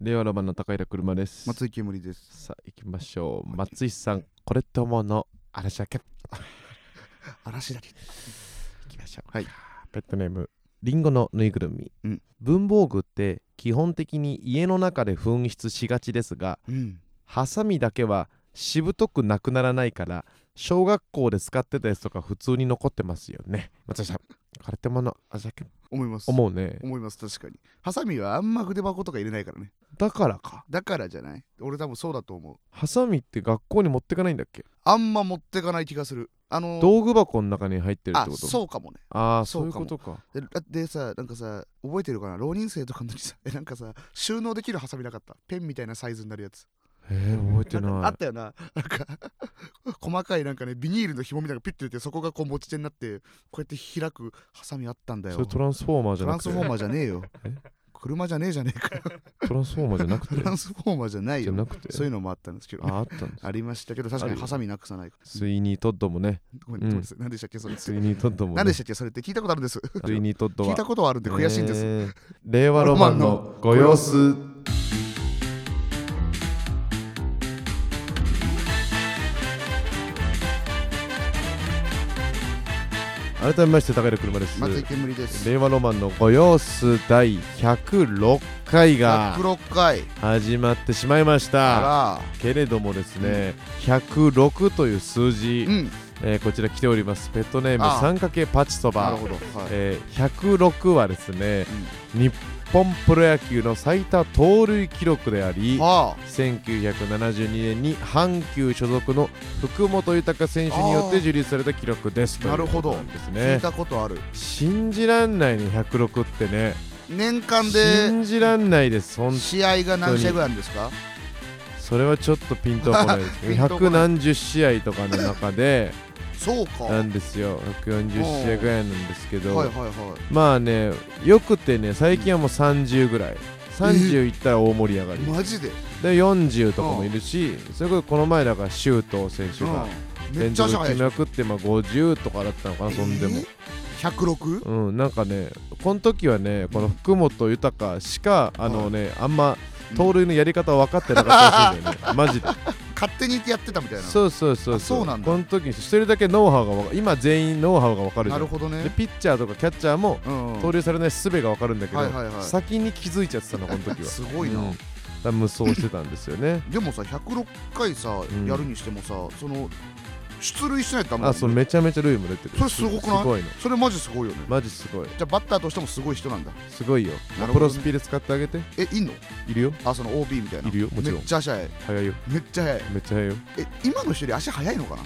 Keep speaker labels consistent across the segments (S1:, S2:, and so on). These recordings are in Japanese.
S1: 令和ロマンの高平車です。
S2: 松井煙です。
S1: さあ、行きましょう。松井さん、これって思うの、嵐だけ。行
S2: 嵐だけ。
S1: きましょう。
S2: はい。
S1: ペットネーム、リンゴのぬいぐるみ。
S2: うん
S1: 文房具って基本的に家の中で紛失しがちですが、
S2: うん。
S1: ハサミだけはしぶとくなくならないから小学校で使ってたやつとか普通に残ってますよね。松井さん、これってもの、あじゃけ
S2: 思います。
S1: 思うね。
S2: 思います、確かに。ハサミはあんま筆箱とか入れないからね。
S1: だからか。
S2: だからじゃない俺多分そうだと思う。
S1: ハサミって学校に持ってかないんだっけ
S2: あんま持ってかない気がする。あのー、
S1: 道具箱の中に入ってるっ
S2: あ
S1: てこと
S2: そうかもね。
S1: ああ、そ
S2: そうう
S1: いう
S2: か
S1: こ
S2: も
S1: とか。
S2: でだってさ、なんかさ、覚えてるかな浪人生とかの時さ、 え、なんかさ、収納できるハサミなかった。ペンみたいなサイズになるやつ。
S1: えー、覚えて
S2: んかあ
S1: な
S2: ったよな。なんか、 細かいなんかね、ビニールの紐みたいなのがピュッて出て、そこがこう持ち手になって、こうやって開くハサミあったんだ
S1: い。
S2: よ。
S1: それトランスフォーマーじ
S2: ト
S1: ゃ
S2: ラ
S1: な
S2: ン
S1: くて
S2: スフォーマーじゃねえよ
S1: え。
S2: 車じゃねえじゃねえ かよ。
S1: トランスフォーマーじゃな くて
S2: トランスフォーマーじゃない
S1: じゃ
S2: よ。
S1: なくて
S2: そういうのもあったんですけど。
S1: あ
S2: あ
S1: あったんです
S2: りましたけど、確か
S1: ある
S2: に
S1: よ
S2: ハサミなくさないから。
S1: スイニートッドもね
S2: ごめん
S1: うん
S2: ごめんなさい。何でしたっけそれって
S1: スイニートッドも、ね、
S2: 何でしたっけそれって聞いたことあるんです。
S1: スイニートッドは
S2: 聞いたことはあるんで悔しいんです。
S1: えー令和ロマンのご様子改めまして高平車です
S2: 松井煙です。
S1: 令和ロマンのご様子第106回が
S2: 106回。
S1: 始まってしまいました
S2: あ
S1: けれどもですね、106という数字
S2: ら。う、ん。
S1: えーこちら来ておりますペットネーム
S2: ああ
S1: 三かけパチそ
S2: な
S1: ば
S2: るほど。はい。
S1: えー106はですね、日本プロ野球の最多盗塁記録であり
S2: は
S1: 1972年に阪急所属の福本豊選手によって受理された記録です
S2: あなるほど
S1: ということなん
S2: あ。聞
S1: で
S2: い
S1: すね
S2: たことある。
S1: 信じらんないね106ってね
S2: 年間で
S1: 信じらんないですそん
S2: 試合が何試合ぐらいあるんですか
S1: それはちょっとピンとはこないですけど
S2: ピンとこ
S1: 百
S2: ない
S1: 何十試合とかの中で
S2: そうか。は
S1: ないんですよ140試合ぐらいなんですけど、
S2: はいはい。
S1: まあねよくてね最近はもう30ぐらい30いったら大盛り上がり、
S2: マジで。
S1: で40とかもいるし、それこそこの前だから周東選手
S2: うん
S1: が
S2: めっ
S1: 連
S2: ちゃ足
S1: 続
S2: 早
S1: 決め。
S2: い
S1: まくって、まあ、50とかだったのかなそんでも
S2: えー。106?
S1: うん、なんかねこの時はねこの福本豊しかあのね、あんま盗塁のやり方は分かってなかったらしいんだ よねマジで
S2: 勝手にやってたみたいな。
S1: そうそうそう
S2: あそうなんだ
S1: この時に一人だけノウハウが分か今全員ノウハウが分かるじゃ
S2: なんるほどね
S1: で。ピッチャーとかキャッチャーも
S2: うんうん
S1: 盗塁されない術が分かるんだけど、
S2: はいはいはい
S1: 先に気づいちゃってたのこの時は
S2: すごいな、
S1: うんだから無双してたんですよね
S2: でもさ106回さ、
S1: ん
S2: やるにしてもさその出塁しないとダメ
S1: あ
S2: だ
S1: そう
S2: も
S1: ん
S2: ね
S1: めちゃめちゃルイも出てる
S2: それすごくない
S1: すごいの
S2: それマジすごいよね
S1: マジすごい
S2: じゃあバッターとしてもすごい人なんだ
S1: すごいよ、
S2: な
S1: プ
S2: るほどね
S1: ロスピで使ってあげて
S2: えいんの
S1: いるよ
S2: あその OB みたいない
S1: るよもちろん
S2: めっちゃ足早い
S1: 早いよ
S2: めっちゃ早い
S1: めっちゃ早いよ
S2: え今の人より足早いのかな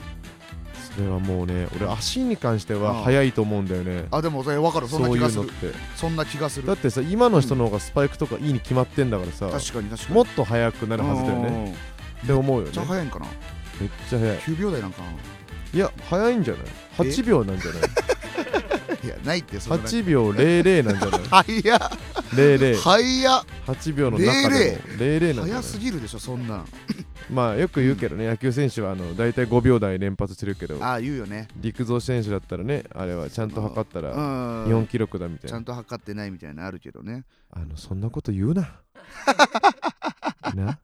S1: それはもうね俺足に関しては
S2: ああ
S1: 早いと思うんだよね
S2: あでもそれ分かるそん
S1: そ
S2: な
S1: う
S2: 気
S1: い
S2: が
S1: う
S2: す
S1: のっ
S2: る
S1: て
S2: そんな気がする
S1: だってさ今の人の方がスパイクとかいいに決まってんだからさ、
S2: 確かに確かに
S1: もっと速くなるはずだよ
S2: うんうん
S1: ね
S2: うんめっ
S1: って思うよね
S2: ちゃ早いんかな
S1: めっちゃ速い
S2: 9秒台なんかない
S1: や速いんじゃない8秒なんじゃない
S2: いやない ってそれ
S1: 8秒00なんじゃない
S2: 早っ
S1: 008
S2: 早っ
S1: 秒の中でも00なんじゃな
S2: 早
S1: い
S2: すぎるでしょそんなん
S1: まあよく言うけどね、野球選手はあの大体5秒台連発してるけど
S2: ああ言うよね
S1: 陸上選手だったらねあれはちゃんと測った
S2: う
S1: ら
S2: ん
S1: 日本記録だみたい
S2: ちゃ
S1: なん
S2: と測ってないみたいなのあるけどね
S1: あのそんなこと言う なな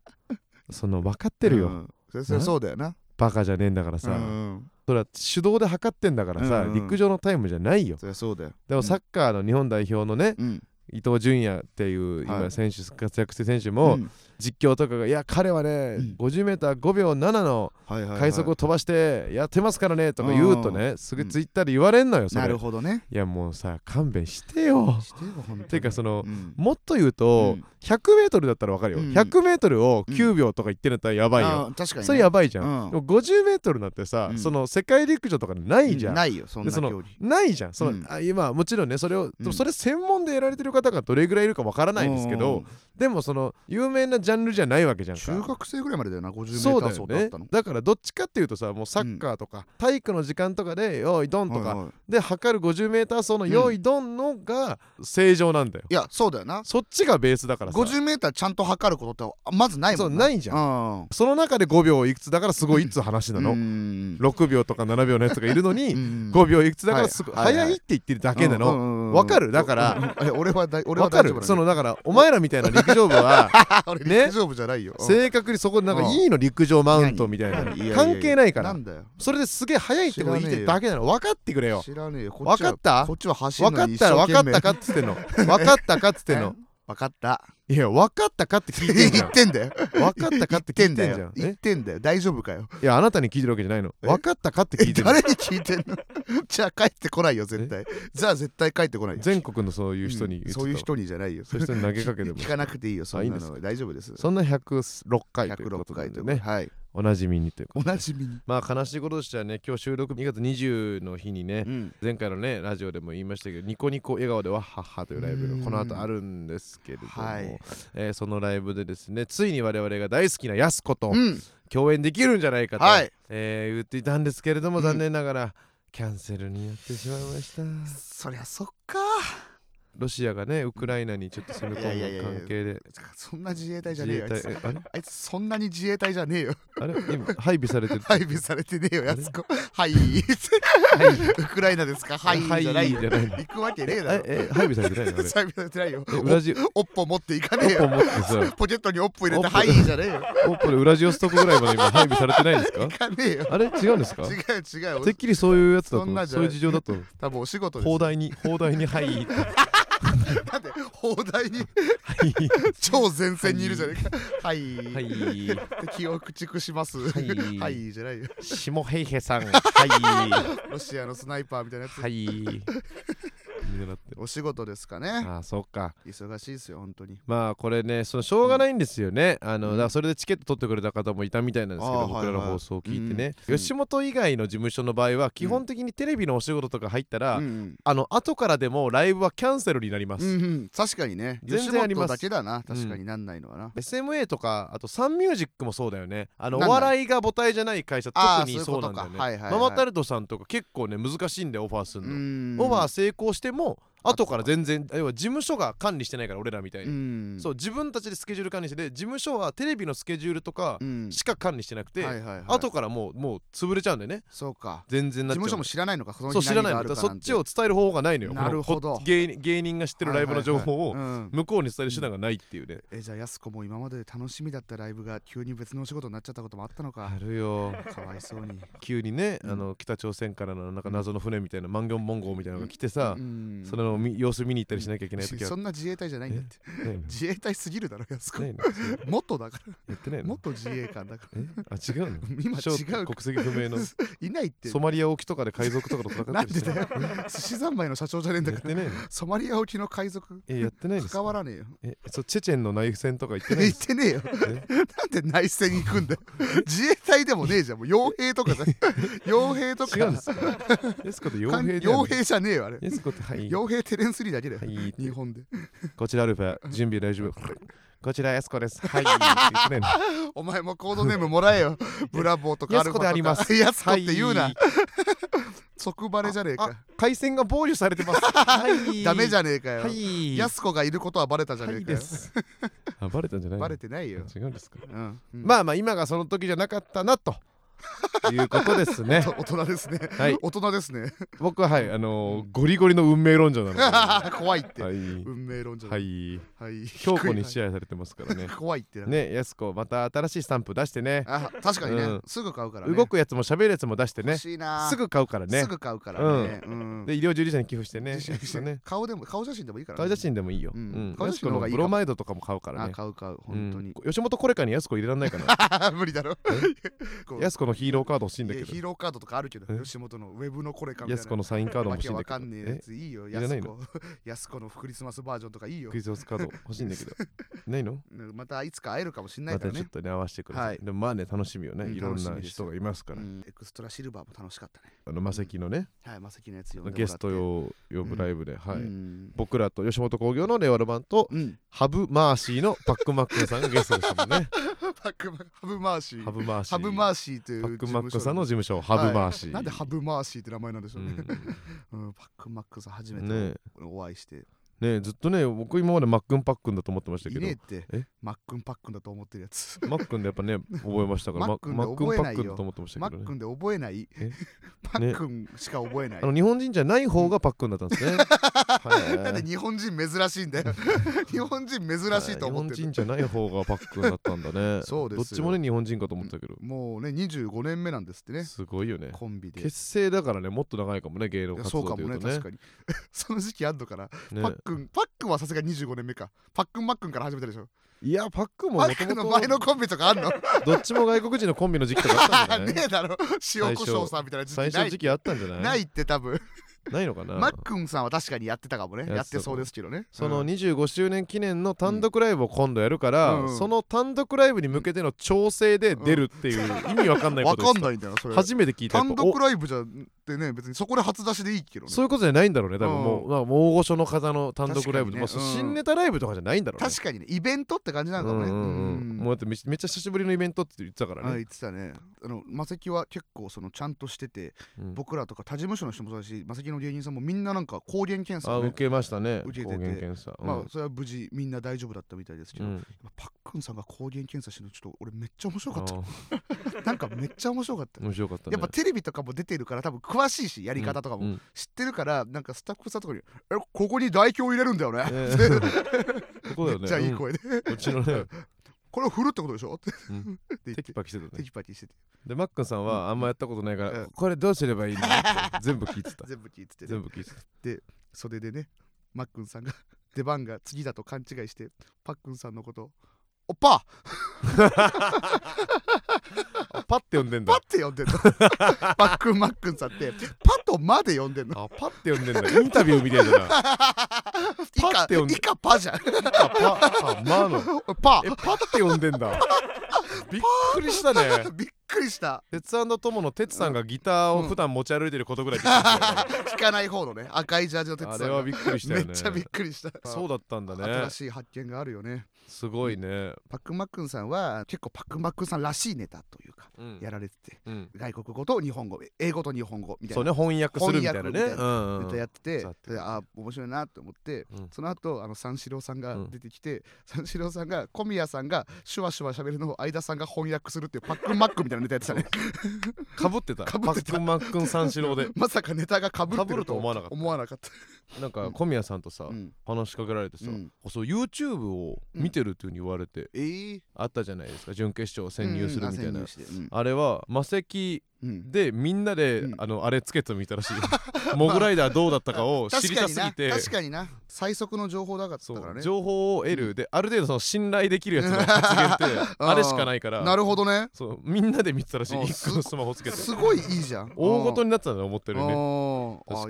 S1: その分かってるよ、
S2: うんそれそれ
S1: な
S2: そうだよな。
S1: バカじゃねえんだからさ、
S2: うん
S1: それは手動で測ってんだからさ、
S2: うんうん
S1: 陸上のタイムじゃないよ
S2: そりゃそうだよ。
S1: でもサッカーの日本代表のね、
S2: うん。
S1: 伊東純也っていう
S2: は
S1: 今
S2: い
S1: 選手、活躍してる選手も、
S2: うん
S1: 実況とかが「いや彼はね、
S2: うん
S1: 50m5 秒7の
S2: はいはいはい
S1: 快速を飛ばしてやってますからね」とか言うとねすぐツイッターで言われんのよそれ
S2: なるほどね。
S1: いやもうさ勘弁してよ
S2: してよ、ほんとに
S1: ていうかその
S2: うん
S1: もっと言うと、
S2: うん
S1: 100m だったらわかるよ、
S2: うん
S1: 100m を9秒とか言ってんだったらやばいよ、
S2: あー確かにね。
S1: それやばいじゃん、
S2: うん
S1: でも 50m なんてさ、
S2: うん
S1: その世界陸上とかな
S2: ば
S1: いじゃん、
S2: ないよ、そん
S1: で
S2: な
S1: そ
S2: 距
S1: の
S2: 離。
S1: ないじゃんその、
S2: うん
S1: あ今もちろんねそれを、でも
S2: うん
S1: それ専門でやられてる方がどれぐらいいるかわからないですけど、
S2: うん
S1: でもその有名なジジャンルじゃないわけじゃんか
S2: 中学生ぐらいまでだよな 50m
S1: そうだ
S2: 走
S1: よ
S2: ってあっ
S1: ね
S2: たの
S1: だからどっちかっていうとさもうサッカーとか、体育の時間とかで「よーいドン」とか、
S2: はいはい
S1: で測る 50m 走の「
S2: うん
S1: よーいドン」のが正常なんだよ、
S2: いやそうだよな
S1: そっちがベースだからさ
S2: 50m ちゃんと測ることってあまずない
S1: そ
S2: も
S1: うんないいじゃん、
S2: ん
S1: その中で5秒いくつだからすごいっつう話なの、
S2: うん
S1: 6秒とか7秒のやつがいるのに、
S2: うん
S1: 5秒いくつだからすごい、
S2: はいはい
S1: 早いって言ってるだけなの、
S2: の
S1: わかるだから
S2: 俺は大俺は
S1: わか
S2: 大丈夫
S1: る
S2: な
S1: そ
S2: の
S1: のだからお前らみたいな陸上部は
S2: 俺
S1: ね
S2: 大丈夫じゃない ようん
S1: 正確にそこでなんかいいの陸上マウントみたいなの
S2: いやいやいや
S1: 関係ないか
S2: な
S1: ら
S2: んだよ
S1: それですげえ速いってこと言ってるだけなの分かってくれよ
S2: 知らねえよこっ
S1: 分
S2: ちは
S1: かった
S2: こっちは走る
S1: 分
S2: の
S1: かっ
S2: に一
S1: た
S2: 生
S1: ら分かっ
S2: 懸命
S1: たかっつってん の分かったかっつってんの
S2: 分かった
S1: いや分かったかって聞いてんじ
S2: 言
S1: ゃん
S2: ってんだよ
S1: 分かったかって聞いてんじゃん
S2: 言ってんだよ言
S1: え
S2: ってんだよ大丈夫かよ
S1: いやあなたに聞いてるわけじゃないの
S2: え
S1: 分かったかって聞
S2: え
S1: いてる
S2: 誰に聞いてんの じゃあ帰ってこないよ絶対じゃあ絶対帰ってこないよ
S1: 全国のそういう人に言ってた
S2: そういう人にじゃないよ
S1: そういう人に投げかけ ても
S2: 聞かなくていいよそん
S1: あいいん
S2: な
S1: です
S2: の大丈夫です
S1: そんな106回ということ
S2: 106
S1: な
S2: 回
S1: ん
S2: と
S1: で
S2: いうことで
S1: ね
S2: はい
S1: おなじみにというこ
S2: お
S1: とで
S2: なじみに
S1: まあ悲しいこととしてはね今日収録2月20の日にね
S2: うん
S1: 前回のねラジオでも言いましたけど「ニコニコ笑顔でわっはっは」というライブ
S2: う
S1: が
S2: ん
S1: この後あるんですけれども、
S2: はい
S1: えーそのライブでですねついに我々が大好きなやす子と
S2: うん
S1: 共演できるんじゃないかと、
S2: はい
S1: えー言っていたんですけれども
S2: うん
S1: 残念ながら、キャンセルになってしまいました
S2: そりゃそっか
S1: ロシアがねウクライナにちょっと攻め
S2: いやいやい
S1: 込
S2: や
S1: む関係で
S2: そんな自衛隊じゃ
S1: 自
S2: ねえ
S1: 衛隊
S2: よあいつ
S1: えあれ
S2: あいつそんなに自衛隊じゃねえよ
S1: あれ今配備されてる
S2: 配備されてねえよやすこはいウクライナですかはい
S1: 配
S2: じゃ
S1: 備
S2: ない
S1: じ
S2: よ
S1: ゃないの
S2: 行くわけねえだ
S1: え
S2: ろ
S1: え配備されてないのあれ
S2: 配備されてないよ
S1: え裏ジ
S2: おっぽ持っていかねえ
S1: オ
S2: よ
S1: ポ持ってさ
S2: ポケットにおっぽ入れ
S1: お
S2: て
S1: っぽ
S2: はいじゃねえよ
S1: オポでウラジオストクぐらいまで今配備されてないんですか
S2: 行かねえよ
S1: あれ違うんですか
S2: 違う違う
S1: て
S2: 俺
S1: っきりそういうやつだと
S2: そんなんじゃ
S1: そう
S2: ないいう
S1: 事情だと
S2: 多分お仕事です
S1: 放題に放題に「 はい」って
S2: だって砲台
S1: 「
S2: に
S1: は
S2: 超前線にいるじゃねえかはい、
S1: い」「はい」
S2: 敵を駆逐しますはいじゃないよ
S1: 「下平平 さん」「は」
S2: ロシアのスナイパーみたいない
S1: 「
S2: やつ、
S1: はい」見習ってる
S2: お仕事ですかね
S1: ああそっか
S2: 忙しいですよ本当に
S1: まあこれねそのしょうがないんですよね、あの
S2: う
S1: だ
S2: ん
S1: からそれでチケット取ってくれた方もいたみたいなんですけ
S2: あ
S1: ど
S2: あ
S1: 僕らの
S2: はいはい
S1: 放送を聞いてね、
S2: うん
S1: 吉本以外の事務所の場合は基本的にテレビのお仕事とか入ったら、
S2: うんうん
S1: あの後からでもライブはキャンセルになります、
S2: うんうん、確かにね
S1: 全然あります
S2: 吉本だけだな確かになんないのはな、
S1: SMA とかあとサンミュージックもそうだよねあのお
S2: なんだ
S1: 笑いが母体じゃない会社
S2: あー
S1: 特にそうなんだよ
S2: そうい
S1: ね
S2: うことかはいはいはい
S1: ママタルトさんとか結構ね難しいんでオファーす
S2: う
S1: るの、
S2: ん
S1: オファー成功しても後から全然要は事務所が管理してないから俺らみたいに、
S2: うん
S1: そう自分たちでスケジュール管理してて事務所はテレビのスケジュールとか
S2: うん
S1: しか管理してなくて、
S2: はいはいはい、
S1: 後からもうもう潰れちゃうんだよね
S2: そうか
S1: 全然なっ
S2: 事
S1: ちゃう
S2: 務所も知らないのかその
S1: そう
S2: 日
S1: 知ら
S2: 何
S1: ない
S2: があ
S1: のだか
S2: る
S1: ら
S2: か
S1: そ
S2: な
S1: っ
S2: んて
S1: ちを伝える方法がないのよ
S2: なるほど
S1: この芸人芸人が知ってるライブの情報
S2: は
S1: を
S2: いはいはいうん
S1: 向こうに伝える手段がないっていうね、
S2: えじゃあやす子も今まで楽しみだったライブが急に別のお仕事になっちゃったこともあったのか
S1: あるよ
S2: かわいそうに
S1: 急にね、
S2: うん
S1: あの北朝鮮からのなんか謎の船みたいな万ンモン号みたいなのが来てさ、
S2: うん
S1: それの見様子見に行ったりしなきゃいけない時は
S2: そんな自衛隊じゃないんだって
S1: ないの
S2: 自衛隊すぎるだろやす子
S1: ないのそれ
S2: 元だから
S1: やってないの
S2: 元自衛官だか
S1: えあ違うの
S2: ら 今
S1: 小
S2: 違う
S1: 国籍不明 の
S2: いないって
S1: ソマリア沖とかで海賊とかと戦
S2: な
S1: っ
S2: ん
S1: てる
S2: で
S1: 人
S2: だよ寿司三昧の社長じゃねえんだ
S1: や
S2: か
S1: っ
S2: ら
S1: てないの
S2: ソマリア沖の海賊
S1: えやってないです
S2: 関わらねえよ
S1: えそうチェチェンの内戦とか行ってないで
S2: 行っ
S1: す
S2: てねえよなんで内戦行くん だよ自衛隊でもねえじゃんもう傭兵とかじゃん傭兵とか
S1: 違うんですかエスコって傭
S2: 官
S1: 兵で
S2: 傭兵じゃねえよあれ
S1: エスコってはい
S2: 傭兵テレンスリーだけだよ
S1: はい
S2: 日本で
S1: こちらアルファ準備大丈 夫こちらエスコですはいって言ってないの
S2: お前もコードネームもらえよブラボーとか
S1: や
S2: ア
S1: す
S2: ル
S1: こ
S2: ファと
S1: で
S2: か
S1: あります
S2: やすこって言う
S1: は
S2: ない即バレじゃねえ
S1: あ
S2: か
S1: 回線が防御されてます。はい
S2: ダメじ
S1: ゃ
S2: ゃねえかよ
S1: はい。
S2: やすこがいることはバレたじゃ
S1: は
S2: ねえ
S1: い
S2: か
S1: で
S2: よ
S1: す。あバレたんじゃないの。
S2: バレてないよ
S1: 違うんですか。
S2: うんうん
S1: まあまあ今がその時じゃなかったなと いうことです ね。
S2: 大人ですね
S1: はい。
S2: 大人ですね
S1: 僕ははいあのーゴリゴリの運命論者なので。は
S2: 怖いって
S1: い。
S2: 運命論じゃな
S1: はいい。
S2: はい
S1: 強固に
S2: 低い
S1: 支配されてますからね
S2: な。怖いってな
S1: ねやすこまた新しいスタンプ出してね。
S2: あ確かに
S1: う
S2: ね
S1: ん
S2: すぐ買うからね
S1: 動くやつも喋るやつも出してね
S2: 欲。しいな
S1: すぐ買うからね
S2: す。ぐ買うからねうん
S1: で医療従事者に寄付してね。や
S2: 自信
S1: す
S2: し
S1: こね
S2: て。顔でも顔写真でもいいからね
S1: 顔写真でもいいよ。う
S2: うんん。
S1: や
S2: 顔写
S1: すこ
S2: 真の
S1: の
S2: 方がいい
S1: ブ
S2: かも
S1: ロマイドとかも買うから
S2: あ
S1: ね。
S2: 買う買う本当に
S1: うん吉本これかにやすこ入れらんないかな
S2: 無理だろこう
S1: やすこのヒーローカード欲しいんだけ
S2: いや
S1: ど
S2: ヒーローカードとかあるけど
S1: え
S2: 吉本のウェブのこれかみた
S1: や
S2: いな
S1: すこのサインカードも
S2: わ
S1: 欲し
S2: け
S1: いんだ
S2: わ
S1: けど
S2: かんねえやついいよ
S1: いら
S2: や
S1: な
S2: す
S1: い
S2: こ やすこのクリスマスバージョンとかいい
S1: え
S2: よ
S1: クリスマスカード欲しいんだけどないの
S2: うんまたいつか会えるかもしんない
S1: ま
S2: から
S1: たちょ
S2: ね
S1: っとね合わせてください、
S2: はい
S1: でもまあね楽しみよね、
S2: うん
S1: いろん
S2: 楽し
S1: な
S2: みです
S1: 人がいますから、
S2: うんエクストラシルバーも楽しかったね
S1: あのマセキのね
S2: はいマセキのやつ呼んでもらって
S1: ゲストを呼ぶライブで、はい、
S2: うん
S1: 僕らと吉本興業の令和ロマンと
S2: うん
S1: ハブマーシーのパックンマックンさんがゲストでしたも んね
S2: パックマハブマーシー
S1: ハブマーシー
S2: ハブマーシーという
S1: パックンマックンさんの事務
S2: 事
S1: 所ハ
S2: 務所
S1: ブマーシー、
S2: はいなんでハブマーシーって名前なんでし
S1: う
S2: ょうね
S1: ん、
S2: うんパックンマックンさん初め
S1: ね
S2: てお会いして
S1: ねえずっとね僕今までマックンパックンだと思ってました
S2: い
S1: けど
S2: ねえっ
S1: え
S2: てマックンパックンだと思ってるやつ
S1: マックンでやっぱね覚えましたから
S2: マックンで
S1: マックン
S2: 覚え
S1: パ
S2: な
S1: ッ
S2: い
S1: クン
S2: よ
S1: だと思ってまし
S2: マ
S1: たけど
S2: ック
S1: ね
S2: ンで覚えない
S1: え
S2: パックンしか覚えない
S1: あの日本人じゃない方がパックンだったん ですね、
S2: なん
S1: は
S2: で
S1: い
S2: 日本人珍しいんだよ 日本人珍しいと思って
S1: 日本人
S2: る
S1: じゃない方がパックンだったんだね
S2: そうで
S1: ど
S2: すよ
S1: っちもね日本人かと思ったけど、
S2: もうね25年目なんですってね
S1: すごいよね
S2: コンビで
S1: 結成だからねもっと長いかもね芸能
S2: いや
S1: 活
S2: そう
S1: 動
S2: か
S1: でい
S2: もね
S1: うとね
S2: 確かに その時期あんのかな、
S1: ね
S2: パックンパックンはさすがに25年目かパックンマックンから始めたでしょ
S1: いやパックンも
S2: パ
S1: も
S2: ックン
S1: と
S2: の
S1: も
S2: 前のコンビとかあんの
S1: とどっちも外国人のコンビの時期とかあったんじゃな
S2: ね
S1: い
S2: えだろ塩コショウさんみたいな時期な
S1: 最
S2: い
S1: 初の時期あったんじゃない
S2: ないって多分
S1: ないのか
S2: マ
S1: な
S2: ックンさんは確かにやってたかもね
S1: や
S2: や
S1: っ
S2: っ
S1: た
S2: て
S1: かも
S2: てそうですけどね
S1: その
S2: うん
S1: 25周年記念の単独ライブを今度やるから、
S2: うん
S1: その単独ライブに向けての調整で出るっていう 意味わかんないこ
S2: わ
S1: と
S2: か
S1: です
S2: んないんだよそれ
S1: 初めて聞いたやっぱ
S2: 単独ライブじゃってね別にそこで初出しでいいけど
S1: お
S2: ね
S1: そういうことじゃないんだろうね多分
S2: うん
S1: もう,、まあ、もう大御所の方の単独ライブ、
S2: 確かにね
S1: まあ、そう
S2: うん
S1: 新ネタライブとかじゃないんだろうね
S2: 確かにねイベントって感じなの
S1: うん
S2: かもね
S1: うんうんもう
S2: う
S1: だってめめっちゃ久しぶりのイベントって言ってたから
S2: あ
S1: ね、
S2: 言ってたねあのマセキは結構そのちゃんとしてて、
S1: うん
S2: 僕らとか他事務所の人もそうだしマセキの芸人さんもみんななんか抗原検査
S1: あ
S2: を、
S1: 受
S2: ね
S1: けましたね
S2: 受けて
S1: 抗
S2: て
S1: 原検査、うん
S2: まあそれは無事みんな大丈夫だったみたいですけ
S1: う
S2: ど、
S1: ん
S2: パックンさんが抗原検査してるのちょっと俺めっちゃ面白かっ
S1: あ
S2: たなんかめっちゃ面白かった
S1: ー面白かったね
S2: やっぱテレビとかも出てるから多分詳しいしや
S1: や
S2: り方とかも、
S1: うん
S2: 知ってるからなんかスタッフさんとかに「えここに代表入れるんだよね」
S1: え ーここだ
S2: め
S1: よ
S2: っ
S1: ね
S2: ちゃいい声で、
S1: うんうちのね
S2: これを振るってことでしょって
S1: う
S2: 言
S1: ん
S2: って
S1: テキパキしてた
S2: テ
S1: ね
S2: キパキしてて
S1: でマックンさんはあんまやったことないから、
S2: うん
S1: これどうすればいい のって全部聞いてた
S2: 全部聞いててね
S1: 全部聞いてた
S2: 袖でねマックンさんが 出番が次だと勘違いしてパックンさんのことを「おっぱ
S1: あパッて呼んでん
S2: パ
S1: だ
S2: って呼んでん のパックンマックンさんってパとまで呼んでんの
S1: あパッて呼んでんだインタビューみたいだ な
S2: 以
S1: パっ
S2: 下
S1: て呼んで
S2: 以下パじゃん
S1: あパあマの
S2: パ
S1: えパッて呼んでんだびっくりしたね
S2: びっくりした
S1: 鉄アンドトモの鉄さんがギターを普段持ち歩いてることぐらいびっくりしたよね
S2: 聞かない方のね赤いジャージの鉄
S1: あ
S2: さ
S1: れ
S2: ん
S1: は
S2: が
S1: びっくりしたよ
S2: め
S1: ね
S2: っちゃびっくりした
S1: そうだったんだね
S2: 新しい発見があるよね
S1: すごいね、
S2: パックンマックンさんは結構パックンマックンさんらしいネタというか
S1: うん
S2: やられてて
S1: うん
S2: 外国語と日本語英語と日本語みたい
S1: そう
S2: な
S1: ね翻訳するみたいなね
S2: 翻訳みたいな
S1: うんうん
S2: ネタやってて
S1: そうやって
S2: であ面白いなと思って
S1: うん
S2: その後あの三四郎さんが
S1: うん
S2: 出てきて、三四郎さんが小宮さんがシュワシュワ喋るのを相田さんが翻訳するっていうパックンマックンみたいなネタやってたね
S1: かぶってた
S2: かぶってた
S1: パックンマックン三四郎 で
S2: まさかネタがかぶって
S1: 被る
S2: ると
S1: と思わなかった
S2: 思わなかった
S1: なんか小宮さんとさ、
S2: うん
S1: 話しかけられてさ、
S2: うん
S1: あそう YouTube を見てるっていうふうに言われて、
S2: えー、
S1: あったじゃないですか準決勝潜入するみたいな、
S2: うんあ潜入してうん
S1: あれは魔石
S2: うん
S1: でみんなで、
S2: うん
S1: あのあれつけてみたら しいよモグライダーどうだったかを知
S2: 確
S1: り
S2: か
S1: た
S2: に
S1: す
S2: な
S1: ぎて
S2: 確かにな最速の情報だかった
S1: そ
S2: から
S1: う
S2: ね
S1: 情報を得る、である程度その信頼できるやつの発言って
S2: うん
S1: あれしかないから
S2: なるほどね
S1: そうみんなで見てたらしい
S2: うん
S1: 一個のスマホつけて
S2: すごいいいじゃん
S1: 大ごと
S2: に
S1: になってたんだと思ってるね確か
S2: あ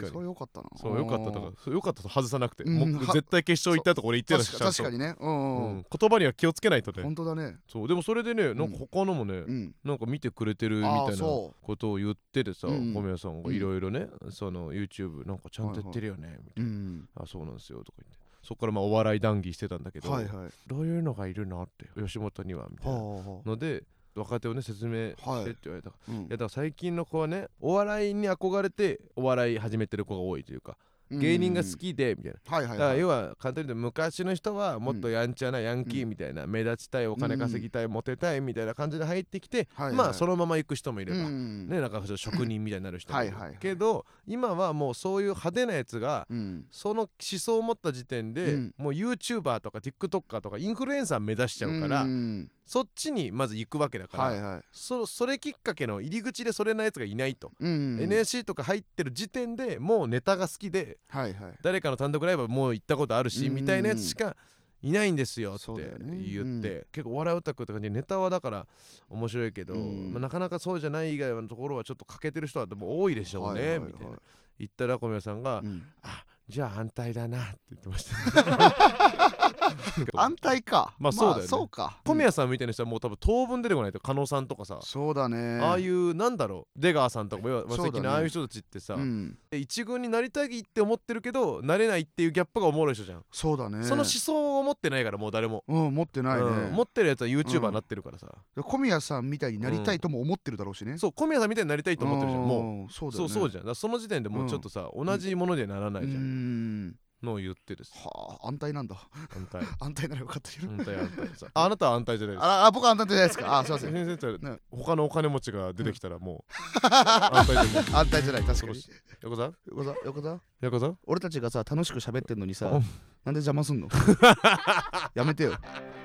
S1: に
S2: あそれよかったな
S1: そうよかったと
S2: う
S1: か
S2: ん
S1: そうよかったと外さなくて、
S2: うん
S1: もう
S2: は
S1: 絶対決勝行ったとこ俺行ってたしち
S2: 確か
S1: ゃん
S2: 確
S1: と
S2: かにねう
S1: うん
S2: うんん
S1: 言葉には気をつけないとね
S2: 本当だね
S1: そうでもそれでねなんか他のもね、
S2: うん
S1: なんか見てくれてるみたい
S2: あー
S1: な
S2: そ
S1: ことを言っててさ、
S2: うんうん
S1: 小宮さんがいろいろね、その YouTube なんかちゃんとやってるよね、みた
S2: う
S1: いな、
S2: ん
S1: あそうなんですよとか言ってそっからまあお笑い談義してたんだけど、
S2: はいはい
S1: どういうのがいるのって吉本にはみたいな
S2: は
S1: ので若手をね説明してって言われた、
S2: あうん
S1: いやだから最近の子はねお笑いに憧れてお笑い始めてる子が多いというか芸人が好きでみたいな。
S2: はいは
S1: だ
S2: い
S1: か
S2: は
S1: ら
S2: い
S1: 要は簡単に言うと昔の人はもっとやんちゃなヤンキーみたいな目立ちたいお金稼ぎたいモテたいみたいな感じで入ってきて
S2: はいはい
S1: まあそのまま行く人もいれば
S2: うん
S1: ねなんかちょっと職人みたいになる人もいる
S2: はいはいはい
S1: けど今はもうそういう派手なやつが
S2: うん
S1: その思想を持った時点で
S2: うん
S1: もう YouTuber とか TikToker とかインフルエンサー目指しちゃうから
S2: ん
S1: そっちにまず行くわけだから
S2: はいはい
S1: そそれきっかけの入り口でそれなやつがいないと、
S2: うん
S1: NSC とか入ってる時点でもうネタが好きで
S2: はいはい
S1: 誰かの単独ライブはもう行ったことあるし、
S2: うん
S1: みたいなやつしかいないんですよって
S2: そうだよね
S1: 言って、
S2: う
S1: 結構お笑いオタクとかでネタはだから面白いけど、
S2: うん
S1: まあなかなかそうじゃない以外のところはちょっと欠けてる人はでも多いでしょうね、
S2: はいはいはい
S1: みたいな言ったら小宮さんが、
S2: うん
S1: あじゃあ反対だなって言ってました
S2: 安泰か
S1: まあそうだよね
S2: そうか
S1: 小宮さんみたいな人はもう多分当分出てこないと加納さんとかさ、
S2: そうだね
S1: ああいうなんだろう出川さんとかも要は
S2: そうだね
S1: 関のああいう人たちってさ、
S2: うん
S1: 一軍になりたいって思ってるけどなれないっていうギャップがおもろい人じゃん、
S2: そうだね
S1: その思想を持ってないからもう誰も、
S2: うん持ってないね
S1: うん持ってるやつは YouTuber になってるからさ、
S2: 小宮さんみたいになりたいとも思ってるだろうしね
S1: そう小宮さんみたいになりたいと思ってるじゃんもう
S2: うんそうだ
S1: そ
S2: よ
S1: う
S2: ね
S1: そうじゃんだからその時点でもうちょっとさ、同じものにはならないじゃ、
S2: うんん
S1: のを言ってるし
S2: はあ安泰なんだ
S1: 反対
S2: 安泰ならよかったけど
S1: 反対反対さああなたは反対じゃないです
S2: あらあ僕は安泰じゃないですかあすいません
S1: 先生と
S2: ね
S1: 他のお金持ちが出てきたらもう反対でも
S2: 安泰じゃない確かに
S1: 横澤
S2: 横澤横澤
S1: 横澤
S2: 俺たちがさ楽しく喋ってんのにさ
S1: お
S2: なんで邪魔すんのやめてよ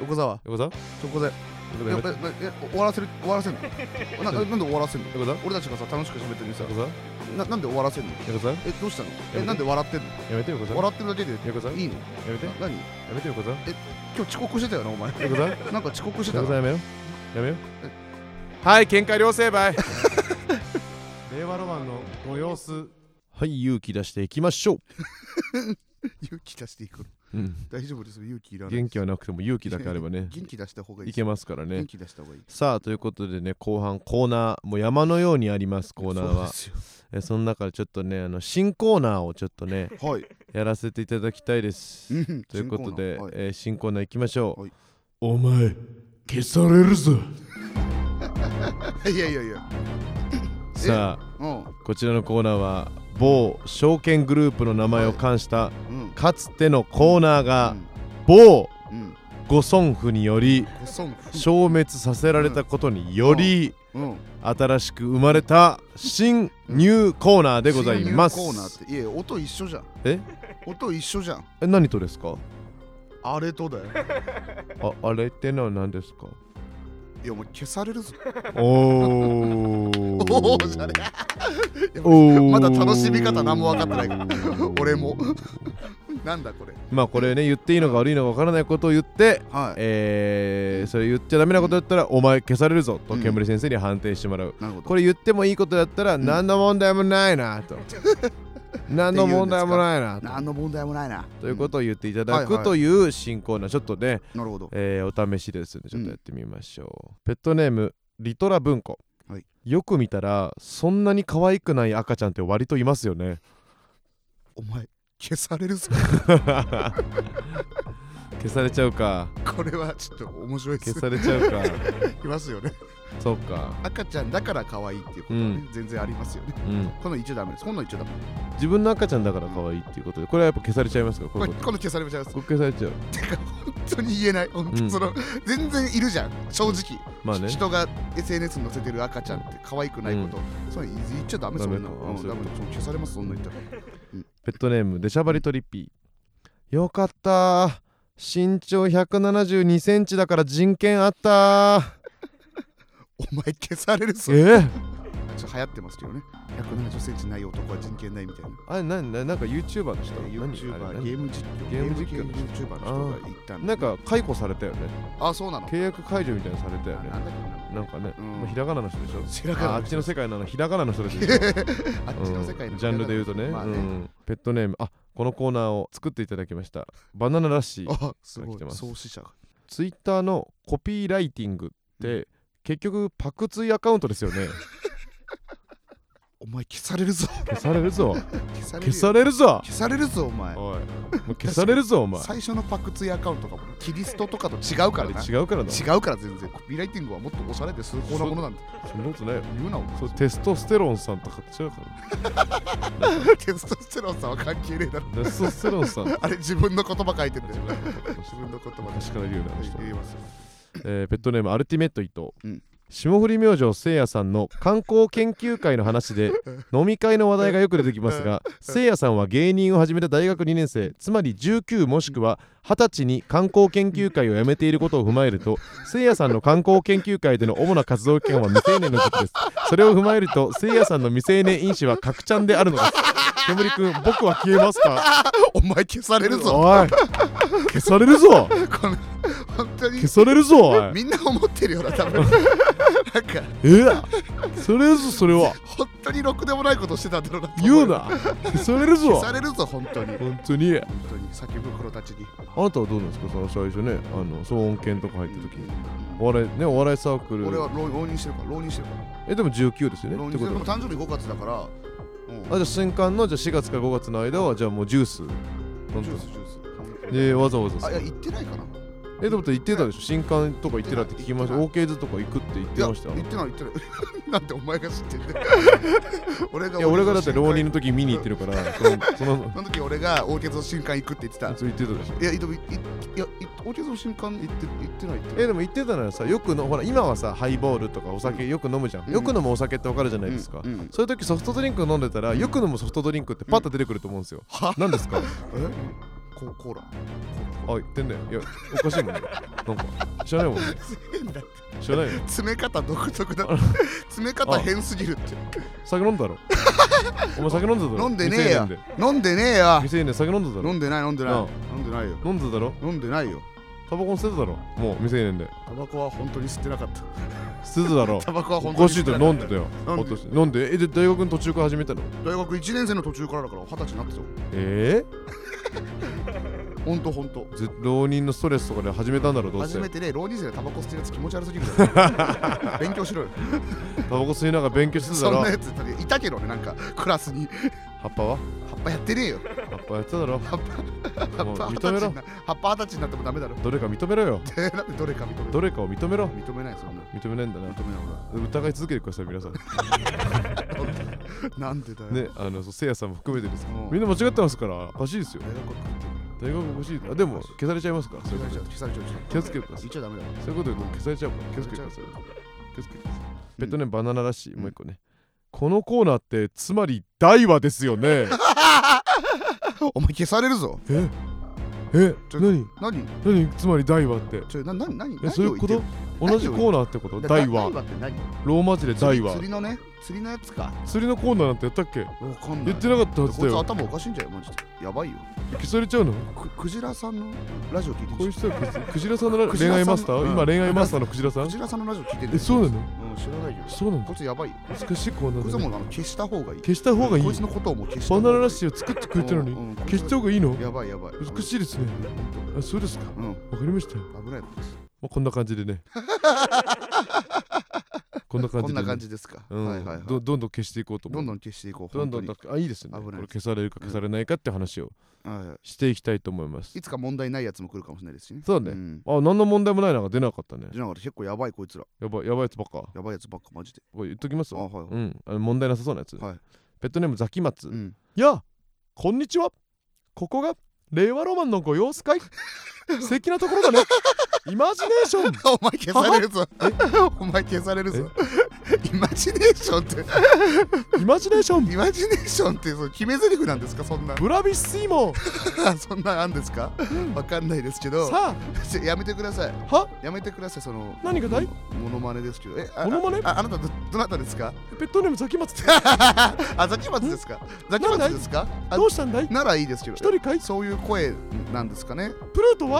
S2: 横澤
S1: 横澤
S2: そこで
S1: 横
S2: い
S1: 澤
S2: や
S1: や
S2: い
S1: めて
S2: やいや終わらせる終わらせんのなななんで終わらせんの
S1: 横澤
S2: 俺たちがさ楽しく喋ってるのにさ
S1: 横澤
S2: ななんで終わらせんの
S1: 横澤
S2: えどうしたの
S1: やめ
S2: え
S1: て
S2: なんで笑ってんの
S1: やめて横澤
S2: 笑ってるだけで
S1: 横澤
S2: いいの
S1: やめてや
S2: な何
S1: めて横澤
S2: 今日遅刻してたよなお前
S1: 横澤
S2: なんか遅刻してた
S1: 横澤
S2: な
S1: やめようやめようはい喧嘩両成 敗令和ロマンのご様子はい勇気出していきましょう
S2: 勇気出していく
S1: うん
S2: 大丈夫です勇気いらない
S1: 元気はなくても勇気だけあれば ね
S2: 元気出した方がいい
S1: いけますからね
S2: 元気出した方がいい
S1: さあということでね後半コーナーもう山のようにありますコーナーは
S2: そう
S1: えその中でちょっとねあの新コーナーをちょっと ね
S2: ですよはい
S1: やらせていただきたいです
S2: うん
S1: ということで
S2: 新コーナーはい
S1: えー新コーナー行きましょう、
S2: はい
S1: お前消されるぞ
S2: いやいやいや
S1: さあ
S2: うん
S1: こちらのコーナーは某証券グループの名前を冠した
S2: うん
S1: かつてのコーナー
S2: う
S1: が
S2: ん
S1: 某
S2: うん
S1: ご損婦により
S2: ごそん
S1: 消滅させられたことにより
S2: うん
S1: 新しく生まれた新ニューコーナーでございます。
S2: 新入コーナーっていや音 一緒じゃん
S1: え
S2: 音一緒じゃん
S1: え何とですか
S2: あれとだよ
S1: ああれってのは何ですか
S2: いやお前消されるぞ
S1: おー
S2: おーじゃねえ
S1: おー
S2: まだ楽しみ方何も分かってないから 俺も なんだこれ
S1: まあこれね言っていいのか悪いのかわからないことを言って
S2: はい
S1: えー、それ言っちゃダメなことだったらお前消されるぞと
S2: うん
S1: 煙先生に判定してもらう
S2: なるほど
S1: これ言ってもいいことだったら
S2: ん
S1: 何の問題もないな と何の問題もないなと
S2: 何の問題もないな
S1: というこ、とを言っていた
S2: は
S1: だ
S2: いは
S1: く
S2: い
S1: という新コーナーちょっとね
S2: うんなるほど
S1: えーお試しですねちょっとやってみましょう、ペットネームリトラ文庫、
S2: はい
S1: よく見たらそんなに可愛くない赤ちゃんって割といますよ ね
S2: お前消されるぞ
S1: 消されちゃうか
S2: これはちょっと面白いです
S1: 消されちゃ うか
S2: いますよね
S1: そうか
S2: 赤ちゃんだから可愛いっていうことはね、全然ありますよね
S1: うん
S2: この一応ダメですこの一応ダメ
S1: 自分の赤ちゃんだから可愛いっていうことでこれはやっぱ消されちゃいますかこ
S2: こ
S1: うい
S2: れ
S1: うこと
S2: この消されちゃいます
S1: これ消されちゃう
S2: 本当に言えない本当
S1: うん
S2: その、全然いるじゃん正直、
S1: まあね
S2: 人が SNS に載せてる赤ちゃんって可愛くないこと、それ言っちゃダメそんな
S1: ダメか
S2: う
S1: あ
S2: ん
S1: そうい
S2: ダ
S1: うこと
S2: メだそう消されますそんな言ったら
S1: ペットネームデシャバリトリッピーよかったー身長172センチだから人権あったー
S2: お前消されるぞちょ
S1: えー、
S2: っと流行ってますけどね1 7 0ンチない男は人権ないみたいな
S1: あれなななんか YouTuber の人何あれ
S2: YouTuber
S1: 何
S2: ゲーム実況
S1: ゲーム実況
S2: ゲーム系 YouTuber の人が言ったんで
S1: なんか解雇されたよね
S2: あそうなの
S1: 契約解除みたいなのされたよ
S2: あ
S1: ね
S2: なんだっ
S1: なんかね、
S2: うん
S1: まあひらがなの人でしょ
S2: ひらがなの人
S1: ああっちの世界なのひらがなの人でしょ、
S2: けなあっちの世界
S1: う
S2: の
S1: んジャンルで言うとね,、
S2: まあ
S1: うん、ペットネームあこのコーナーを作っていただきましたバナナらしい
S2: あすご
S1: 来てま
S2: い
S1: す
S2: 創始者が
S1: ツイッターのコピーライティングって、結局パクツイアカウントですよ ね
S2: お前消されるぞ
S1: 消される ぞ
S2: 消される
S1: 消
S2: よ
S1: されるぞ
S2: 消されるぞお前
S1: おいもう消されるぞお前
S2: 最初のパクツイアカウントがもうキリストとかと違うからな
S1: あれ違うからなそ
S2: 違うから全然コピーライティングはもっとおしゃれで崇高なものな んだ
S1: んなことないよ
S2: 言うなお前
S1: そうテストステロンさんとか違うから
S2: テストステロンさんは関係ねえだ
S1: テ
S2: ろ
S1: ストステロンさん。
S2: あれ自分の言葉書いてんだよ
S1: 昔
S2: 自分の言葉で
S1: から言うな、あの人
S2: 言いますよ
S1: えーペットネームアルティメット伊藤。
S2: うん
S1: 霜降り明星せいやさんの観光研究会の話 で飲み会の話題がよく出てきますがせいやさんは芸人を始めた大学2年生つまり19もしくは20歳に観光研究会を辞めていることを踏まえるとせいやさんの観光研究会での主な活動期間は未成年の時ですそれを踏まえるとせいやさんの未成年飲酒は確ちゃんであるのです煙くん僕は消えますか
S2: お前消されるぞ
S1: おい消されるぞ
S2: この本 当に
S1: 消されるぞおい
S2: みんな思ってるよな多分なんか
S1: えっそれぞそれは
S2: 本当にろくでもないことしてたんだろうな
S1: 言う な消されるぞ
S2: 消されるぞ本当に本
S1: 本当に
S2: 当に叫ぶ頃たちに
S1: あなたはどうなんですかその最初ねあの騒音犬とか入った時にお笑いねお笑いサークル
S2: 俺は浪浪人してるから浪人してるから
S1: えでも19ですよね
S2: 浪
S1: ってこと
S2: 人してるでも
S1: は
S2: 誕生日5月だからうん
S1: あじゃあ新刊のじゃあ4月から5月の間はじゃあもうジュース飲ん
S2: ジ
S1: で
S2: ュー
S1: た
S2: スジュース
S1: でわざわざ
S2: あ
S1: さ
S2: いや行ってないかな
S1: えでも言ってたでしょ新刊とか行ってたって聞きました
S2: 行
S1: OK 図とか行くって言っ
S2: い
S1: て
S2: や
S1: ま
S2: 行
S1: し
S2: って
S1: た
S2: ない行ってない なんでお前が知ってん だよ俺が
S1: いや俺がだって浪人
S2: の
S1: の時見に行って るからそのその
S2: その時俺が王決の瞬間行くって言ってた
S1: そう言ってたでしょ
S2: いや、でも、いいいや、い王決の瞬間行って、行ってないって。
S1: えでも言ってたのはさよくのほら今はさハイボールとかお酒よく飲むじゃん、
S2: うん
S1: よく飲むお酒ってわかるじゃないですか、
S2: うんうん
S1: そういう時ソフトドリンク飲んでたらよく飲むソフトドリンクってパッと出てくると思うんですよ、
S2: は
S1: なんですか
S2: えココーラ。
S1: あ言ってんだよいやおかしいもんねなんか知らないもんね知らないよ
S2: 詰め方独特だ。詰め方変すぎるって。
S1: 酒飲んだろお前酒飲んだだろ
S2: 飲んでねえや
S1: 未成年で。
S2: 飲んでねえや。
S1: 未成年で酒飲んだだろ
S2: 飲んでない、飲んでない
S1: なあ。
S2: 飲んでないよ。
S1: 飲んだだろ
S2: 飲んでないよ。
S1: タバコも捨てただろもう未成年で
S2: タバコは本当に吸ってなかった。
S1: 捨てただろ
S2: タバコは
S1: お
S2: 本当
S1: か
S2: に
S1: し
S2: 吸
S1: い
S2: っ
S1: と
S2: てな
S1: 飲
S2: か
S1: ん
S2: っ
S1: で
S2: た。
S1: たよ
S2: 飲ん
S1: 私
S2: で
S1: 飲んでえで大学の途中から始めたの
S2: 大学1年生の途中からだから、二十歳になってたよ。
S1: え
S2: 本当本当。
S1: えず浪人のストレスとかで始めたんだろどう
S2: 初
S1: せ
S2: めてね、浪人生でタバコ吸ってるやつ気持ち悪すぎ るから。勉強しろよ。
S1: タバコ吸いながら勉強してた
S2: そ
S1: だ
S2: ん
S1: ろ
S2: なやつだっていたけどね、なんかクラスに。
S1: 葉っぱは
S2: 葉っぱやってねえよ。
S1: 葉っぱやってただろ
S2: 葉っぱ、
S1: もう
S2: 葉
S1: 認
S2: っぱ
S1: め
S2: 二十
S1: ろ
S2: 歳にな葉っぱ二十歳になってもダメだろ。
S1: どれか認めろよ
S2: だってどれか認め
S1: ど
S2: る。
S1: れかを認めろ
S2: 認めない、そんな。
S1: 認めないんだな
S2: 認めないほら
S1: 疑い続けてください皆さん
S2: なんでだよ。
S1: ねあのそうせいやさんも含めてですけど
S2: うん
S1: みんな間違ってますからおかしいですよ
S2: 大学は食って
S1: 大学おかしいあでも消されちゃいますからそう
S2: る
S1: いう
S2: 消
S1: こ
S2: されち
S1: と
S2: ゃう、消されちゃう。
S1: 気をつけてくださ
S2: 言
S1: い
S2: っちゃダメだよ。
S1: そういうこと言うと消されちゃうから気をつけてください気をつけてくださいペットネームバナナらしい
S2: うん
S1: もう一個ねこのコーナーってつまり大話ですよね
S2: お前消されるぞ。
S1: ええ
S2: ちょ
S1: 何
S2: 何
S1: 何つまり大話って
S2: ちょ、な、な、な、何
S1: えそういうこと同じコーナーってこと
S2: ダ
S1: 大
S2: イワ
S1: 話
S2: って何
S1: ローマ字で大
S2: 釣
S1: 話
S2: りのね、釣りのやつか。
S1: 釣りのコーナーなんてやったっけ
S2: わかんな
S1: 言
S2: い
S1: っ。てなかったはず
S2: こ
S1: だ
S2: いつ
S1: よ
S2: 頭おかしいんじゃよ、マジで。やばいよ。
S1: 消されちゃうの
S2: くクジラさんのラジオ聞いてん
S1: こう
S2: じ
S1: い
S2: ゃ
S1: うん人はクジクジラさんのラ
S2: クジ
S1: 恋
S2: ラさん
S1: 愛マスタ
S2: う
S1: ー
S2: ん
S1: 今恋愛マスターのクジラさ
S2: ク
S1: ん
S2: ジラさんのラジオ聞いてん
S1: えそうなの
S2: のうん、知らないよ。
S1: そうなの
S2: こいつやばいよ。
S1: 難しいコーナ
S2: こい
S1: ー
S2: つ
S1: だ
S2: は
S1: ね
S2: もうあの消した方がいい。
S1: 消した方がいい
S2: こいつのことをもう消した
S1: バ
S2: 方
S1: ナ
S2: がいい。
S1: ナラッシュを作ってくれたのに
S2: うんうん
S1: 消した方がいいの
S2: やばいやばい。
S1: 美しいですねあそうですか
S2: うん、
S1: わかりましたま
S2: 危ないです。
S1: あこんな感じで ねこんな感
S2: こ
S1: じ
S2: ん
S1: で
S2: な感
S1: ね
S2: じですか。
S1: う
S2: はいはいは
S1: ん
S2: い。
S1: どどんどん消していこうと思
S2: ど
S1: うん
S2: どん消していこう。
S1: どんどん
S2: 本
S1: だあいいですね
S2: 危
S1: こ
S2: ない
S1: れ
S2: です
S1: 消されるか消されないかって話を
S2: 当にはいは
S1: していきたいと思います
S2: いいつか問題ないやつも来るかもしれないですしね。
S1: そうだね
S2: ん。
S1: あ何の問題もないなんか出なかったね
S2: じゃなかった結構やばいこいつら。
S1: やばいやばいやつばっか
S2: やばいやつばっかマジで。
S1: これ言っときます
S2: あ
S1: わ
S2: はいはい。
S1: うんあの問題なさそうなやつ
S2: はい
S1: ペットネームザキマツ
S2: うん、
S1: やあこんにちはここが令和ロマンのご様子か い素敵なところだねイマジネーション
S2: お前消されるぞお前消されるぞイマジネーションっ
S1: イマジネーション
S2: てイマジネーションってその決め台詞なんですかそんな
S1: ブラビスイモン
S2: そんなんあんですかわかんないですけど
S1: さ
S2: ちょやめてください
S1: あは
S2: やめてくださいその
S1: 何がだい
S2: モノマネですけどえあ
S1: モノマネ
S2: ああなたどどなたですか
S1: ペットネームザキマツ
S2: あ、ザキマツですかザキマツですかあ
S1: どうしたんだい
S2: ならいいですけど
S1: 一。人かい
S2: そういう声なんですかね
S1: プルートは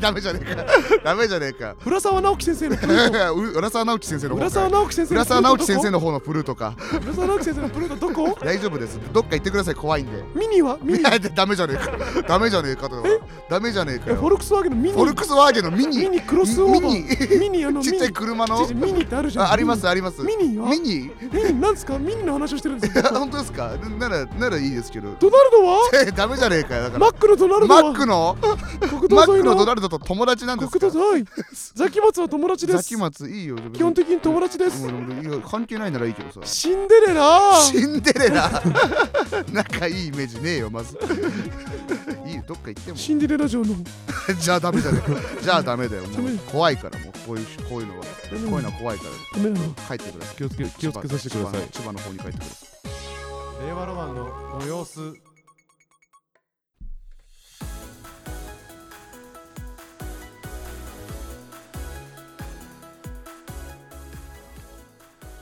S2: ダメじゃねえ か。ダメじゃねえか。
S1: 浦沢直樹先生のプルー
S2: う浦沢直樹先生
S1: ト
S2: の
S1: 浦
S2: 方
S1: 沢
S2: か。
S1: 直樹先生の
S2: 浦
S1: プル
S2: 沢
S1: ー
S2: 直
S1: ト
S2: 樹先生の方のプルーとか。
S1: どこ浦沢直樹先生のプルートどこ
S2: 大丈夫です。どっか行ってください。怖いんで。
S1: ミニはミニ
S2: いや ダメじゃねえか。ダメじゃねえかとか。ダメじゃねえか
S1: え
S2: よ。
S1: フ
S2: フ
S1: ォルクスワーゲンのミニ
S2: ォルクスワーゲンのミ
S1: ミ
S2: ニ。
S1: ニクロスオーバ
S2: ミ
S1: ーミニあのミ
S2: ちっ
S1: ニ
S2: ちゃい車
S1: ちっ
S2: の
S1: ちゃい。ミニってあるじゃん
S2: あありますあります。
S1: ミニは
S2: ミニ
S1: ミニなんですかミニの話をしてるんです
S2: あ
S1: よ
S2: 本当ですかなら、ならいいですけど。
S1: ドナルドは
S2: え ダメじゃねえかよ。だか
S1: マ
S2: ら
S1: ッ。クのドナルド
S2: マ
S1: は
S2: ックの
S1: 国
S2: マ
S1: 道沿い
S2: ックのド
S1: の
S2: ナルドと友達なんですか
S1: 国道沿いザキマツは友達で
S2: ザ
S1: す
S2: キマツいいよ。
S1: 基本的に友達で
S2: も
S1: す
S2: うもういや関係ないならいいけど さ。
S1: シンデレラ
S2: シンデレラ 仲いいイメージねえよ、まず。 いいよ、どっか行っても。
S1: シンデレラ城の
S2: じゃあダメだよ。じゃあダメだよ。も
S1: ダ
S2: う
S1: メ
S2: 怖いから、もうこういうこういうのは。こういうのは怖いから、
S1: ダメなの
S2: 帰ってください。
S1: 気をつけ気をつけさせてください
S2: 千葉の千葉の方に帰ってくださ
S1: 令和ロマンのご様子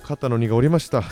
S1: 肩の荷が下りました、ね、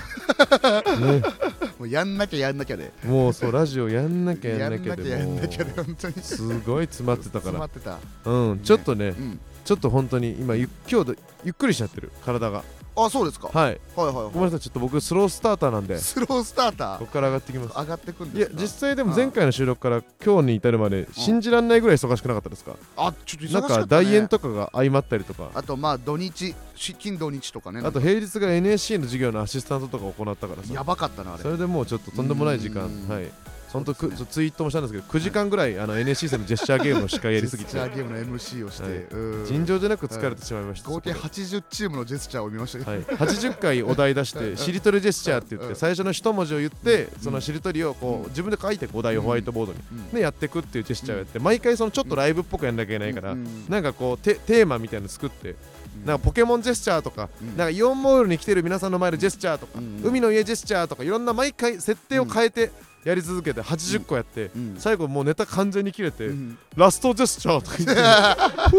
S2: い。もうやんなきゃやんなきゃで。
S1: もうそうラジオやんなきゃやんなきゃで
S2: やん
S1: も
S2: なきゃやんなきゃで、本当に。
S1: うすごい詰まってたか
S2: 詰ま
S1: ら
S2: ってた。
S1: うんちょっとね
S2: うん。
S1: ちょっと本当に今ゆ今日でゆっくりしちゃってる体が
S2: あ、そうですか。はい
S1: はい
S2: はいはい。
S1: ごめんなさいちょっと僕スロースターターなんでこ
S2: スロースタータ
S1: こから上がってきます
S2: ー上がってくん
S1: い
S2: で
S1: や
S2: すか
S1: 実際でも前回の収録から今日に至るまで信じられないぐらい忙しくなかったですか
S2: あちょっと忙し
S1: な
S2: かっ
S1: ん
S2: た、ね、
S1: か大演とかが相まったりとか
S2: あとまあ土日出勤土日とかね
S1: あと平日が NSC の授業のアシスタントとか行ったから
S2: や
S1: さ
S2: ばかったなあれ
S1: それでもうちょっととんでもない時間
S2: うん
S1: はい本当
S2: そ
S1: く
S2: うですね
S1: ちょツイートもしたんですけど9時間ぐらいあの NSC 生のジェスチャーゲームの司会やりすぎ
S2: ジェスチャ
S1: て
S2: ーゲームの MC をして、
S1: はい
S2: うん
S1: 尋常じゃなく疲れてしまいました
S2: 合計
S1: そこ
S2: 80チームのジェスチャーを見ましたけ
S1: で
S2: ど、
S1: はい80回お題出してしりとりジェスチャーって言っ
S2: う
S1: て
S2: ん
S1: 最初の一文字を言って
S2: ん
S1: そのしりとりをこ
S2: うん
S1: う自分で書いてお題をホワイトボードに
S2: うん
S1: ねやってくっていうジェスチャーをやって毎回そのちょっとライブっぽくやんなきゃいけないから
S2: うんうん
S1: なんかこうテテーマみたいなの作ってなんかポケモンジェスチャーとか、
S2: うん
S1: なんかイオンモールに来てる皆さんの前のジェスチャーとか、
S2: うん
S1: 海の家ジェスチャーとかいろんな毎回設定を変えてやり続けて80個やって、
S2: うん
S1: 最後もうネタ完全に切れて、
S2: うん
S1: ラストジェスチャーとか言 って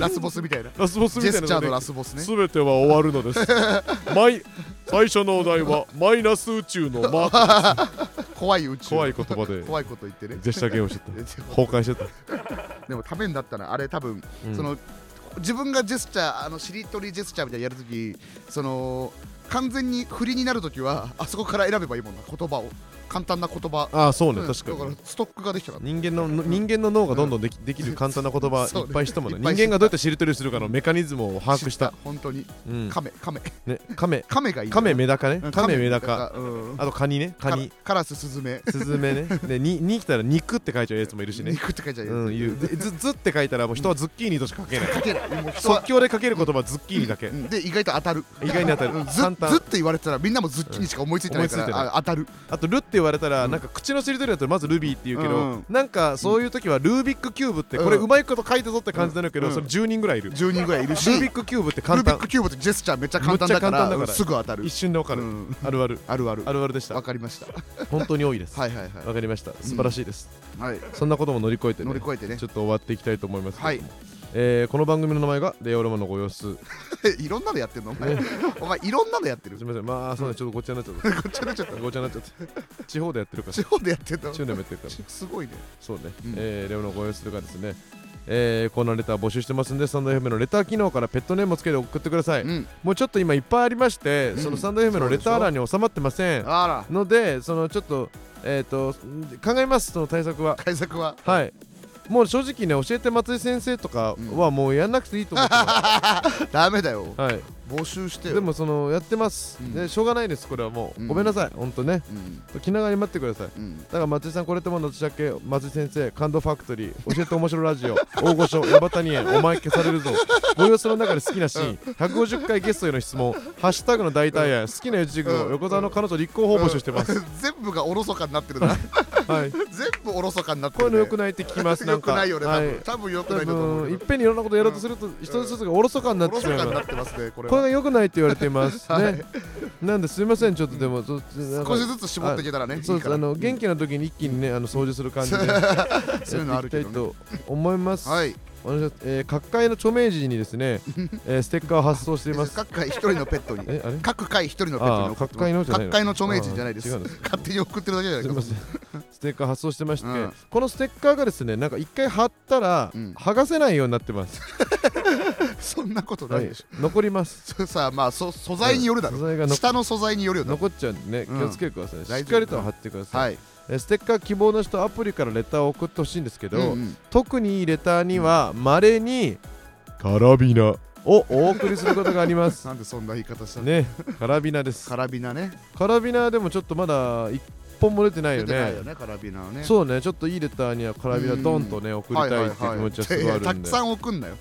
S2: ラスボスみたいな
S1: ラスボスみ
S2: ジ
S1: た
S2: ェ
S1: いな
S2: スチャーのラ
S1: ス
S2: スボスね
S1: 全ては終わるのです マイ最初のお題はマイナス宇宙のマーク
S2: 怖い宇宙
S1: 怖い言葉で
S2: 怖いこと言ってね
S1: ジェスチャーゲームをしてた
S2: で
S1: 崩壊してた、
S2: でもためになったなあれ多分、
S1: うん
S2: その自分がジェスチャーあのしりとりジェスチャーみたいなのやるときその完全に振りになるときはあそこから選べばいいもんな言葉を簡単な言葉
S1: ああそうね
S2: うん
S1: 確かに
S2: だからストックができたから
S1: 人間の人間の脳がどんどんでき,、できる簡単な言 葉
S2: そう
S1: いっぱいしたもんね
S2: いっぱい知っ
S1: 人
S2: た
S1: 間がどうやってしりとりするかのメカニズムを把握した
S2: 本当に
S1: うん
S2: カメカメ
S1: ね、カメ
S2: カメがいい
S1: カメ
S2: メ
S1: メダカねカメメダカ
S2: うん
S1: あとカニねカニ
S2: カラカラススズメ
S1: スズ メねでにに来たら肉って書いちゃうやつもいるしね
S2: 肉って書いちゃう
S1: うんいうでずずって書いたらもう人はズッキーニとしか書け ない
S2: 書けないもう人は
S1: 即興で書ける言葉はズッキーニだけ
S2: うんで意外と当たる
S1: 意外に当たる
S2: うんずずっ
S1: 簡単
S2: て言われてたらみんなもズッキーニしか思いついてないか
S1: 思いつ
S2: ら
S1: いてない
S2: あ当たる
S1: あとルって言われたらなんか口のしりとりだとまずルビーって言うけ
S2: う
S1: ど
S2: ん
S1: なんかそういう時はルービックキューブってこれ
S2: うん
S1: うまいこと書いたぞって感じになるけ
S2: う
S1: ど
S2: ん
S1: それ10人ぐらいいるル
S2: 10人ぐらいいるし
S1: ービッ
S2: ル
S1: クキューブって簡
S2: ービッ
S1: 単
S2: クキューブってジェスチャーめっちゃ簡単だ
S1: め
S2: か
S1: っちゃ簡単だからら
S2: すぐ当たる
S1: 一瞬でわか
S2: う
S1: る
S2: ん
S1: あるある
S2: あるある
S1: あるあるでした
S2: わかりました
S1: 本当に多いです
S2: はいはい
S1: わかりました素晴らしいです
S2: はいはい
S1: そんなことも乗り越えてね
S2: 乗り越えてね
S1: ちょっと終わっていきたいと思いますけ
S2: は
S1: れ
S2: い
S1: ども、えーこの番組の名前が「レオロマのご様子」
S2: いろんなのやってるのお前お前いろんなのやってる
S1: すみませんまあそうねちょっとごっちゃになっちゃっ
S2: こっちゃになっちゃった
S1: たごっちゃになっちゃった地方でやってるから
S2: 地
S1: 地
S2: 方でやってた
S1: 方でもやってるから
S2: すごいね
S1: そうね、
S2: うん
S1: えーレオのご様子とかですねえー、このレター募集してますんで、スタンド FM のレター機能からペットネームをつけて送ってください。
S2: うん
S1: もうちょっと今いっぱいありまして、
S2: うん
S1: そのスタンド FM のレター欄に収まってません。
S2: あら
S1: ので、そのちょっと、えっ、と、考えます、その対策は。
S2: 対策は
S1: はい。もう正直ね、教えて松井先生とかはもうやんなくていいと思ってま
S2: ダメだよ
S1: す。はい。
S2: 募集してよ
S1: でもそのやってます、
S2: うん
S1: でしょうがないですこれはもう、
S2: うん
S1: ごめんなさいほんとね
S2: うん
S1: 気長に待ってくださいだ
S2: うん
S1: から松井さんこれってもの年だけ松井先生感動ファクトリー教えて面白ラジオ 大御所ヤバタニエお前消され るぞご様子の中で好きなシーン150回ゲ ストへの質問ハッシュタグの代替案好きな y o グ
S2: う
S1: の
S2: ん
S1: 横澤の彼女立候補を募集してます、
S2: 全部がおろそかになってるな
S1: はいこ
S2: 全部おろそかになって
S1: ういう
S2: る
S1: の
S2: ね
S1: 良くないって聞きますなん
S2: 良く
S1: か
S2: ないよね多
S1: はい
S2: 分多分良くな
S1: 多
S2: いんだと思
S1: 分い
S2: う
S1: っ
S2: よ
S1: ぺんにいろんなことやろうとすると一つ一つがおろそかにな
S2: お
S1: って
S2: ろ
S1: し
S2: そ
S1: まい
S2: かにな
S1: ま
S2: ってますねこ
S1: す
S2: れ
S1: これ
S2: は
S1: が良くないって言われてい ます、
S2: は
S1: ねなんですいませんちょっとでも、そなんか
S2: 少しずつ絞っていけたらね
S1: そう
S2: いい
S1: です
S2: から
S1: あの元気な時に一気にねあの掃除する感じでやって
S2: そういうのあ
S1: い
S2: る
S1: きた
S2: け
S1: い
S2: どね
S1: と思います。
S2: はい
S1: お願いしますえー各界の著名人にです ね、えーステッカーを発送しています。
S2: 各回一人のペットに
S1: えあれ？
S2: 各回一人のペット
S1: あ
S2: に
S1: ー各界のじゃないの
S2: 各界の著名人じゃないで
S1: あー
S2: す
S1: 違うんです。
S2: 勝手に送ってるだけじ
S1: す
S2: ゃな
S1: み
S2: い
S1: ま
S2: です
S1: せん。ステッカー発送してまして、
S2: うん
S1: このステッカーがですねなんか一回貼ったら、
S2: うん
S1: 剥がせないようになってます。
S2: かそんなことな
S1: はいい
S2: でしょ、
S1: 残ります。
S2: それさまあそ素材によるだろ
S1: 素材がの
S2: 下の素材によるよだろ
S1: 残っちゃうんで、ね、気
S2: うん
S1: をつけてください、
S2: 丈夫
S1: しっかりと貼ってください、
S2: はい
S1: えーステッカー希望の人アプリからレターを送ってほしいんですけど、
S2: うんうん
S1: 特にいいレターにはまれに「カラビナ」をお送りすることがあります
S2: なんでそんな言い方したの
S1: ねカラビナです
S2: カラビナね
S1: カラビナでもちょっとまだ一本も出てない
S2: 出
S1: よ
S2: て
S1: ね
S2: ないよねカラビナはね
S1: そうねちょっといいレターにはカラビナドンとね送りたいっていう気持ちはすごいあるんで
S2: たくさん送んなよ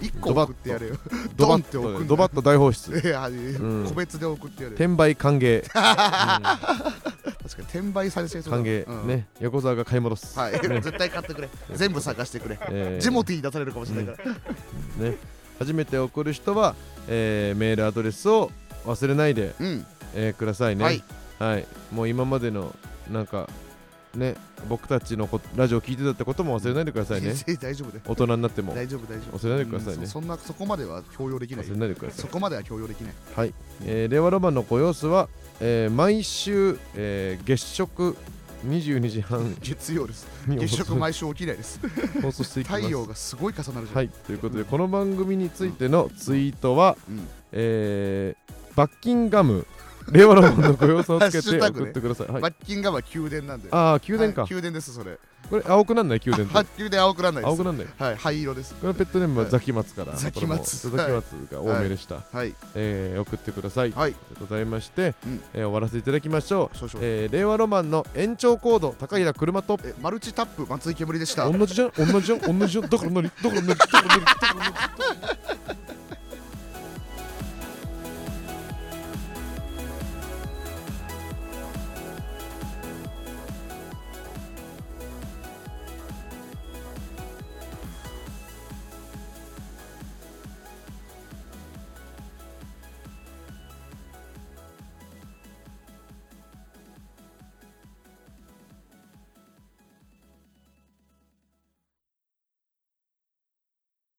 S2: 一個送ってやれよ
S1: ドバ
S2: ドンって送
S1: ッ
S2: んな
S1: とドバッと大放出
S2: いやいや
S1: うん
S2: 個別で送ってやれよ
S1: 転売歓迎、うん
S2: 確かに転売されちゃいそうだ
S1: 歓迎、
S2: うん
S1: ね横澤が買い戻す、
S2: はい
S1: ね
S2: 絶対買ってくれ全部探してくれ
S1: えー
S2: ジモティー出されるかもしれないから
S1: ね初めて送る人は、えーメールアドレスを忘れないで、
S2: うん
S1: えーくださいね
S2: はい
S1: はい、もう今までのなんかね僕たちのこラジオ聞いてたってことも忘れないでくださいね
S2: 大丈夫だよ
S1: 大人になっても
S2: 大丈夫大丈夫
S1: 忘れないでくださいね
S2: うんそそんなそこまでは強要できない
S1: 忘れないでくださ
S2: そ
S1: い、
S2: こまでは強要できない
S1: はいえー令和ロマンのご様子は、えー毎週、えー月食22時半
S2: 月曜です
S1: に
S2: 月食
S1: 放
S2: 毎週起きないです
S1: 送放送していきま
S2: 太
S1: す
S2: 陽がすごい重なるじゃん、
S1: はいということでこの番組についてのツイートは、
S2: うん
S1: えーバッキンガム令和ロマンのご様子をつけ
S2: ハッシ
S1: て
S2: ュタグ
S1: 送
S2: ね
S1: ってください、はい、
S2: バッキンガムは宮殿なんで
S1: ああ宮殿か、
S2: はい宮殿ですそれ
S1: これ青くなんない宮殿
S2: は
S1: っ
S2: ってきりで青くならないで
S1: 青
S2: す
S1: くなんない
S2: はい灰色です
S1: これペットネームはザキマツから、
S2: ザキマツ
S1: これもザキマツが多めでした、
S2: はい
S1: えー送ってください、
S2: はい
S1: ということでございまして、
S2: うん
S1: えー終わらせていただきましょう、
S2: 少々え
S1: えー令和ロマンの延長コード高平車と
S2: マルチタップ松井煙でした
S1: 同じじゃん同じじゃん同じじゃんだから何だから何だから何だから何